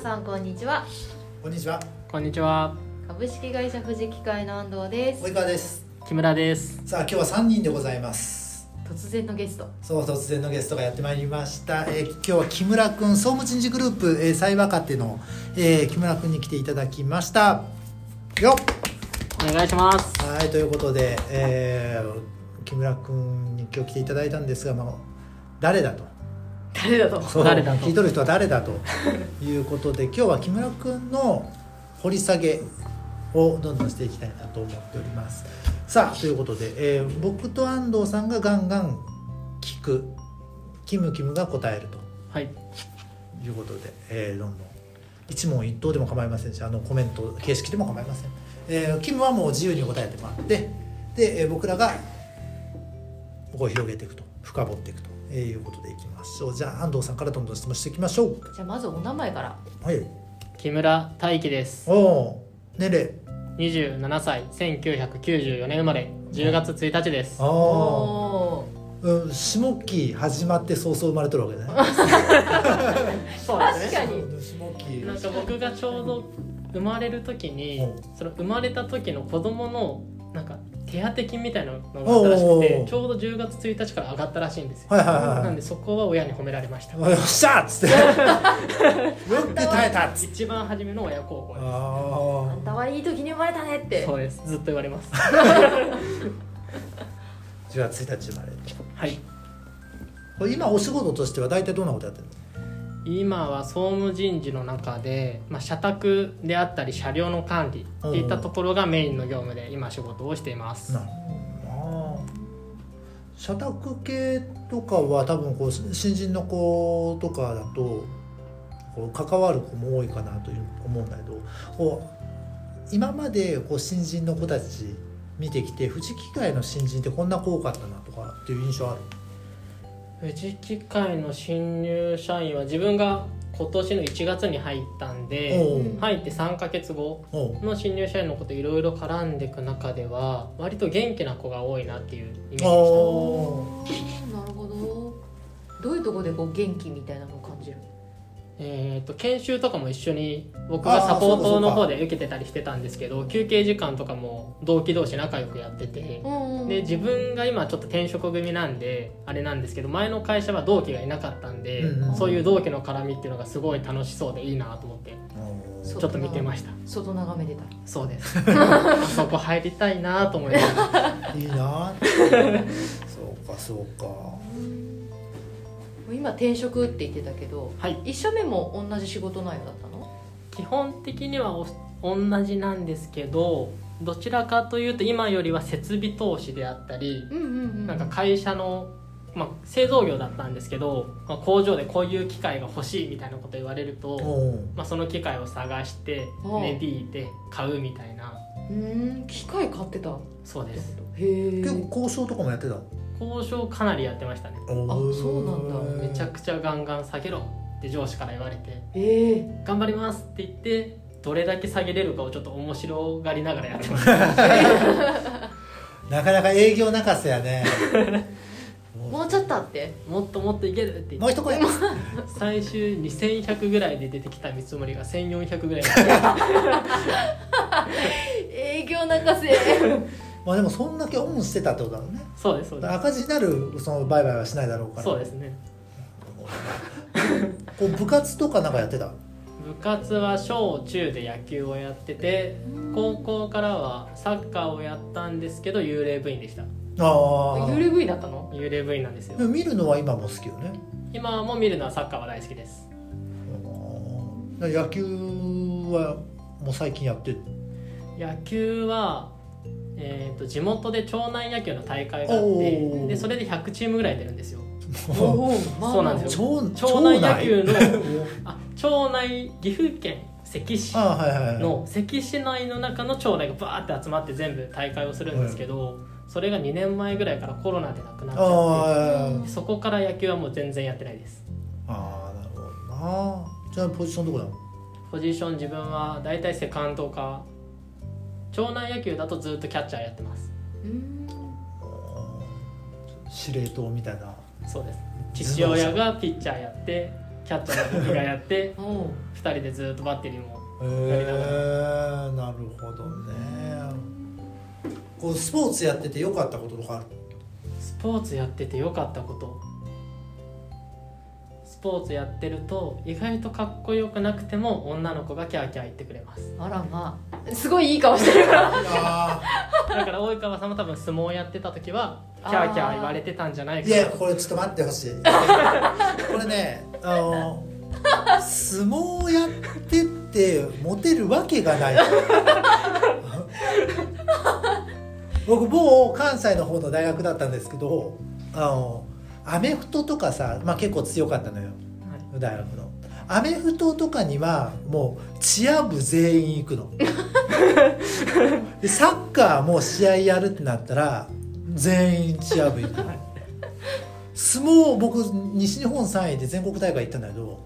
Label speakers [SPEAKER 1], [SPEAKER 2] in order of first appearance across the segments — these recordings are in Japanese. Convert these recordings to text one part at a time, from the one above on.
[SPEAKER 1] さんこんにちは
[SPEAKER 2] こんにちは、
[SPEAKER 3] こんにちは
[SPEAKER 1] 株式会社富士機械の安藤です
[SPEAKER 2] 及川です。
[SPEAKER 3] 木村です
[SPEAKER 2] さあ、今日は三人でございます。
[SPEAKER 1] 突然のゲスト
[SPEAKER 2] そう、突然のゲストがやってまいりました。えー今日は木村くん、総務人事グループ、えー、最若手の、えー木村くんに来ていただきました。よっ
[SPEAKER 3] お願いします
[SPEAKER 2] はい、ということで、えー木村くんに今日来ていただいたんですが、まあ、誰だと。
[SPEAKER 1] 誰だと
[SPEAKER 2] そう
[SPEAKER 3] 誰だと
[SPEAKER 2] 聞いとる人は誰だということで今日は木村君の掘り下げをどんどんしていきたいなと思っておりますさあということで、えー僕と安藤さんがガンガン聞くキムキムが答えると
[SPEAKER 3] はい
[SPEAKER 2] いうことで、えーどんどん一問一答でも構いませんしあのコメント形式でも構いません、えーキムはもう自由に答えてもらってで、えー僕らがここを広げていくと深掘っていくと、えーいうことでいきましょうじゃあ安藤さんからどんどん質問していきましょう
[SPEAKER 1] じゃあまずお名前から
[SPEAKER 2] はい
[SPEAKER 3] 木村大輝です
[SPEAKER 2] おおねれ
[SPEAKER 3] 27歳1994年生まれ10月1日です
[SPEAKER 2] ああ
[SPEAKER 1] お
[SPEAKER 2] うん下期始まって早々生まれとるわけだね
[SPEAKER 3] そう
[SPEAKER 1] 確かに
[SPEAKER 2] うん下期
[SPEAKER 3] なんか僕がちょうど生まれる時に
[SPEAKER 2] う
[SPEAKER 3] その生まれた時の子供のなんか手当金みたいなのがあったらしく
[SPEAKER 2] おうおうお
[SPEAKER 3] て
[SPEAKER 2] う
[SPEAKER 3] ちょうど10月1日から上がったらしいんですよ
[SPEAKER 2] はいはいはい
[SPEAKER 3] な
[SPEAKER 2] は
[SPEAKER 3] ん
[SPEAKER 2] い
[SPEAKER 3] でそこは親に褒められました
[SPEAKER 2] よっしゃーっつ ってよく耐えたっつって
[SPEAKER 3] 一番初めの親孝行で
[SPEAKER 1] あ
[SPEAKER 2] あ
[SPEAKER 1] んたはいい時に生まれたねって
[SPEAKER 3] すそうですずっと言われます
[SPEAKER 2] あ10月1日生まれと
[SPEAKER 3] はい
[SPEAKER 2] これ今お仕事としては大体どんなことやってるの
[SPEAKER 3] 今は総務人事の中で、まあ、社宅であったり車両の管理っていったところがメインの業務で今仕事をしています
[SPEAKER 2] なるほどな社宅系とかは多分こう新人の子とかだとこう関わる子も多いかなという思うんだけどこう今までこう新人の子たち見てきて富士機械の新人ってこんな子多かったなとかっていう印象ある
[SPEAKER 3] 富士機械の新入社員は自分が今年の1月に入ったんで
[SPEAKER 2] おう
[SPEAKER 1] うん
[SPEAKER 3] 入って3ヶ月後
[SPEAKER 2] おう
[SPEAKER 3] の新入社員のこといろいろ絡んでいく中では割と元気な子が多いなっていうイメージでし
[SPEAKER 2] おう
[SPEAKER 1] あーなるほどどういうとこでこう元気みたいなのを感じる
[SPEAKER 3] た、えー、と研修とかも一緒に僕がサポートの方で受けてたりしてたんですけど休憩時間とかも同期同士仲良くやってて。
[SPEAKER 1] うんうん
[SPEAKER 3] で自分が今ちょっと転職組なんであれなんですけど前の会社は同期がいなかったんで、
[SPEAKER 2] うんうん
[SPEAKER 3] そういう同期の絡みっていうのがすごい楽しそうでいいなと思って
[SPEAKER 2] おう
[SPEAKER 3] ちょっと見てました
[SPEAKER 1] 外眺めてた
[SPEAKER 3] そうです あそこ入りたいなと思いました
[SPEAKER 2] いい なそうかそうか
[SPEAKER 1] 今転職って言ってたけど
[SPEAKER 3] はい
[SPEAKER 1] 一社目も同じ仕事内容だったの
[SPEAKER 3] 基本的にはお同じなんですけどどちらかというと今よりは設備投資であったり
[SPEAKER 1] うんうんうん
[SPEAKER 3] なんか会社の、まあ、製造業だったんですけど、まあ工場でこういう機械が欲しいみたいなこと言われると、
[SPEAKER 2] おう
[SPEAKER 3] まあ、その機械を探して
[SPEAKER 1] うん
[SPEAKER 3] 値引いて買うみたいな
[SPEAKER 1] うーん機械買ってたっ
[SPEAKER 3] そう
[SPEAKER 1] て
[SPEAKER 3] で
[SPEAKER 1] こ
[SPEAKER 3] す
[SPEAKER 1] とへえ
[SPEAKER 2] 結構交渉とかもやってた
[SPEAKER 3] 交渉かなりやってましたね
[SPEAKER 2] あ
[SPEAKER 1] そうなんだ
[SPEAKER 3] めちゃくちゃガンガン下げろって上司から言われて
[SPEAKER 1] ええ
[SPEAKER 3] 頑張りますって言ってどれだけ下げれるかをちょっと面白がりながらやってました
[SPEAKER 2] なかなか営業泣かせやね
[SPEAKER 1] もうちょっとあって
[SPEAKER 3] もっともっといけるって
[SPEAKER 2] も
[SPEAKER 3] 言っ
[SPEAKER 2] う
[SPEAKER 3] て
[SPEAKER 2] 一声
[SPEAKER 3] 最終2100ぐらいで出てきた見積もりが1400ぐらいになって
[SPEAKER 1] 営業泣かせ
[SPEAKER 2] まあでもそんだけオンしてたってことだろうね
[SPEAKER 3] そうですそうです
[SPEAKER 2] 赤字になるその売買はしないだろうから
[SPEAKER 3] そうですね
[SPEAKER 2] こう部活とかなんかやってた
[SPEAKER 3] 部活は小中で野球をやってて高校からはサッカーをやったんですけど幽霊部員でした
[SPEAKER 2] ああ
[SPEAKER 1] ゆる部位だったの
[SPEAKER 3] 幽霊部員なんですよ
[SPEAKER 2] 見るのは今も好きよね
[SPEAKER 3] 今も見るのはサッカーは大好きです
[SPEAKER 2] あー野球はもう最近やってる
[SPEAKER 3] 野球は、えー、と地元で町内野球の大会があって
[SPEAKER 2] おー
[SPEAKER 3] でそれで100チームぐらい出るんですよ
[SPEAKER 1] おお
[SPEAKER 3] そうなんですよ
[SPEAKER 2] 町
[SPEAKER 3] 町内野球の
[SPEAKER 2] 町内
[SPEAKER 3] あ町内岐阜県関市
[SPEAKER 2] ああはいはいはい
[SPEAKER 3] の関市内の中の町内がバーって集まって全部大会をするんですけど、それが2年前ぐらいからコロナでなくなっちゃっ
[SPEAKER 2] あー
[SPEAKER 3] てそこから野球はもう全然やってないです
[SPEAKER 2] あーなるほどなじゃあポジションどこだの
[SPEAKER 3] ポジション自分は大体セカンドか町内野球だとずっとキャッチャーやってます
[SPEAKER 2] 司令塔みたいな
[SPEAKER 3] そうです父親がピッチャーやってキャッチャーの僕がやって
[SPEAKER 1] おう
[SPEAKER 3] 2人でずっとバッテリーも
[SPEAKER 2] へえなるほどねこうスポーツやってて良かったこととかある
[SPEAKER 3] スポーツやっててよかったことスポーツやってると意外とかっこよくなくても女の子がキャーキャー言ってくれ ます
[SPEAKER 1] あらまあすごいいい顔してる から
[SPEAKER 2] あ
[SPEAKER 3] だから及川さんも多分相撲やってた時はキャーキャー言われてたんじゃない
[SPEAKER 2] ー
[SPEAKER 3] か
[SPEAKER 2] い
[SPEAKER 3] な
[SPEAKER 2] やこれちょっと待ってほ しいこれねあの相撲やっててモテるわけがない 僕某関西の方の大学だったんですけどあのアメフトとかさ、まあ、結構強かったのよ
[SPEAKER 3] はい
[SPEAKER 2] 大学のアメフトとかにはもうチア部全員行く のでサッカーも試合やるってなったら全員チア部行くの相撲僕西日本3位で全国大会行ったんだけど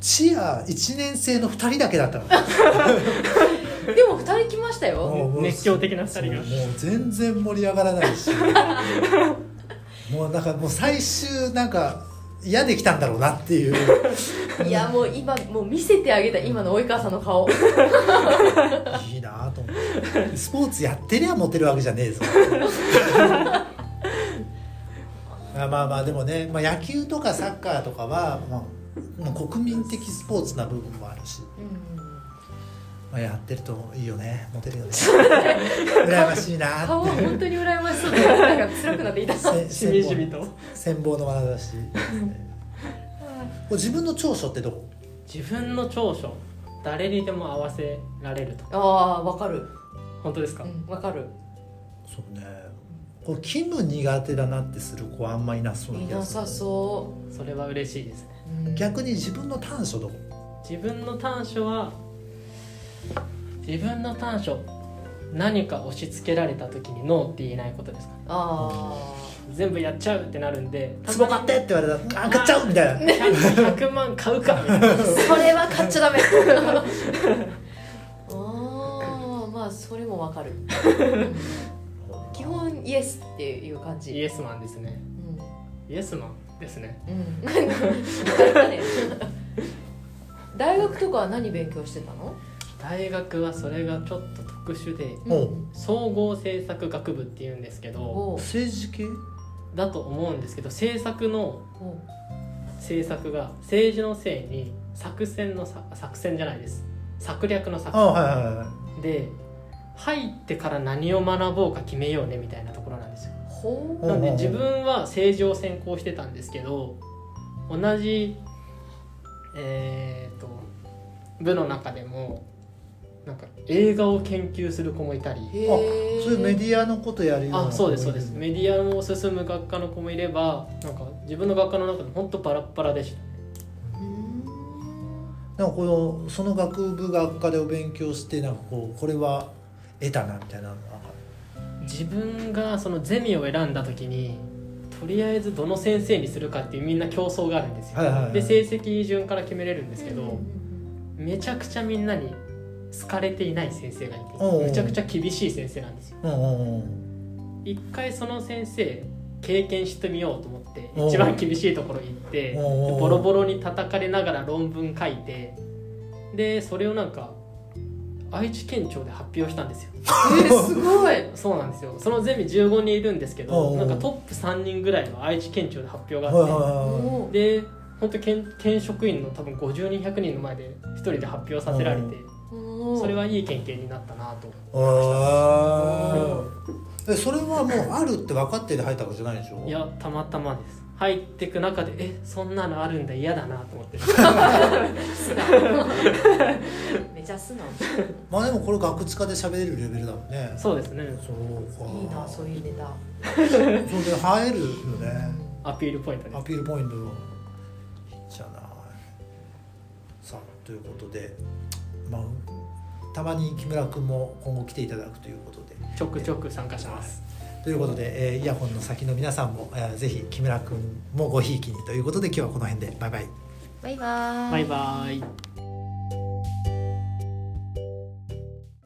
[SPEAKER 2] チア1年生の2人だけだった の
[SPEAKER 1] でも二人来ましたよ
[SPEAKER 2] もうもう
[SPEAKER 3] 熱狂的な二人が
[SPEAKER 2] そうもう全然盛り上がらない しもうなんかもう最終なんか嫌できたんだろうなっていう
[SPEAKER 1] いやもう今もう見せてあげた今の及川さんの顔
[SPEAKER 2] いいなと思ってスポーツやってりゃモテるわけじゃね えぞまあまあまあでもね、まあ、野球とかサッカーとかは、まあ、もう国民的スポーツな部分もあるし、
[SPEAKER 1] うん
[SPEAKER 2] まあ、やってるといいよねモテるよ ね羨ましいな
[SPEAKER 1] 顔
[SPEAKER 2] っ
[SPEAKER 1] は本当に羨まし そうでなんか辛くなっていた
[SPEAKER 2] てせ
[SPEAKER 3] し
[SPEAKER 2] 羨
[SPEAKER 3] み
[SPEAKER 2] 望
[SPEAKER 3] じみと
[SPEAKER 2] 羨望の眼差しで すねこれ自分の長所ってどこ
[SPEAKER 3] 自分の長所誰にでも合わせられると
[SPEAKER 1] ああわかる
[SPEAKER 3] 本当ですか、
[SPEAKER 1] うんわかる
[SPEAKER 2] そうねこれ勤務苦手だなってする子はあんまいなそうない気
[SPEAKER 1] な
[SPEAKER 2] がする
[SPEAKER 1] さそ
[SPEAKER 3] それは嬉しいですね
[SPEAKER 1] う、うん
[SPEAKER 2] 逆に自分の短所どこ
[SPEAKER 3] 自分の短所は自分の短所何か押し付けられた時にノーって言えないことですかね
[SPEAKER 1] あ
[SPEAKER 3] 全部やっちゃうってなるんで
[SPEAKER 2] つぼ買ってって言われたら「あ買っちゃう!」みたいな
[SPEAKER 3] 100 100万買うかみたいな
[SPEAKER 1] あそれは買っち ゃダメああまあそれもわかる基本イエスっていう感じ
[SPEAKER 3] イエスマンですねイエスマンですね
[SPEAKER 1] うん、うん、なんかね大学とかは何勉強してたの
[SPEAKER 3] 大学はそれがちょっと特殊で
[SPEAKER 2] おう
[SPEAKER 3] 総合政策学部っていうんですけど
[SPEAKER 1] おう
[SPEAKER 2] 政治系
[SPEAKER 3] だと思うんですけど政策の
[SPEAKER 1] おう
[SPEAKER 3] 政策が政治のせいに作戦のさ作戦じゃないです策略の
[SPEAKER 2] あ
[SPEAKER 3] 策
[SPEAKER 2] はいはいはい
[SPEAKER 3] で入ってから何を学ぼうか決めようねみたいなところなんですよ
[SPEAKER 1] ほう
[SPEAKER 2] お
[SPEAKER 3] なんで自分は政治を専攻してたんですけど同じえー、と部の中でもなんか映画を研究する子もいたり
[SPEAKER 1] へえ
[SPEAKER 2] そういうメディアのことやるような
[SPEAKER 3] あそうですそうですメディアを進む学科の子もいればなんか自分の学科の中で本当バラッバラでした
[SPEAKER 1] うん
[SPEAKER 2] なんかこのその学部学科でお勉強してなんかこうこれは得たなみたいなのが
[SPEAKER 3] 自分がそのゼミを選んだ時にとりあえずどの先生にするかっていうみんな競争があるんですよ、
[SPEAKER 2] はいはいはい
[SPEAKER 3] で成績順から決めれるんですけど、
[SPEAKER 1] うん
[SPEAKER 3] めちゃくちゃみんなに好かれていない先生がい
[SPEAKER 2] おうおう
[SPEAKER 3] てめちゃくちゃ厳しい先生なんですよ
[SPEAKER 2] うんうんうん
[SPEAKER 3] 一回その先生経験してみようと思って
[SPEAKER 2] おう
[SPEAKER 3] 一番厳しいところ行ってで
[SPEAKER 2] おうおう
[SPEAKER 3] ボロボロに叩かれながら論文書いてでそれをなんか愛知県庁で発表したんですよ
[SPEAKER 1] えー、すごい
[SPEAKER 3] そうなんですよそのゼミ15人いるんですけ
[SPEAKER 2] おうお
[SPEAKER 3] ど
[SPEAKER 2] う
[SPEAKER 3] なんかトップ3人ぐらいは愛知県庁で発表が
[SPEAKER 2] はい
[SPEAKER 3] あって
[SPEAKER 2] は
[SPEAKER 1] おう
[SPEAKER 3] で本当県県職員の多分50人100人の前で一人で発表させられて
[SPEAKER 1] おう
[SPEAKER 3] それはいい経験になったなと
[SPEAKER 2] いはいああそれはもうあるって分かってて入ったわけじゃないでしょ
[SPEAKER 3] いやたまたまです入ってく中でえそんなのあるんだ嫌だなと 思って
[SPEAKER 1] 素直めちゃ素直
[SPEAKER 2] まあでもこれ学知科で喋れるレベルだもんね
[SPEAKER 3] そうですね
[SPEAKER 2] そうか
[SPEAKER 1] いいなそういうネタ
[SPEAKER 2] それで入るよね
[SPEAKER 3] アピールポイントで
[SPEAKER 2] ア
[SPEAKER 3] す
[SPEAKER 2] ピールポイントじゃないさあということで、まあ、たまに木村君も今後来ていただくということで
[SPEAKER 3] ちょくちょく参加します
[SPEAKER 2] ということで、えーイヤホンの先の皆さんも、えーぜひ木村君もごひいきにということで今日はこの辺でバイバイ。
[SPEAKER 1] バイバーイ
[SPEAKER 3] バイバイ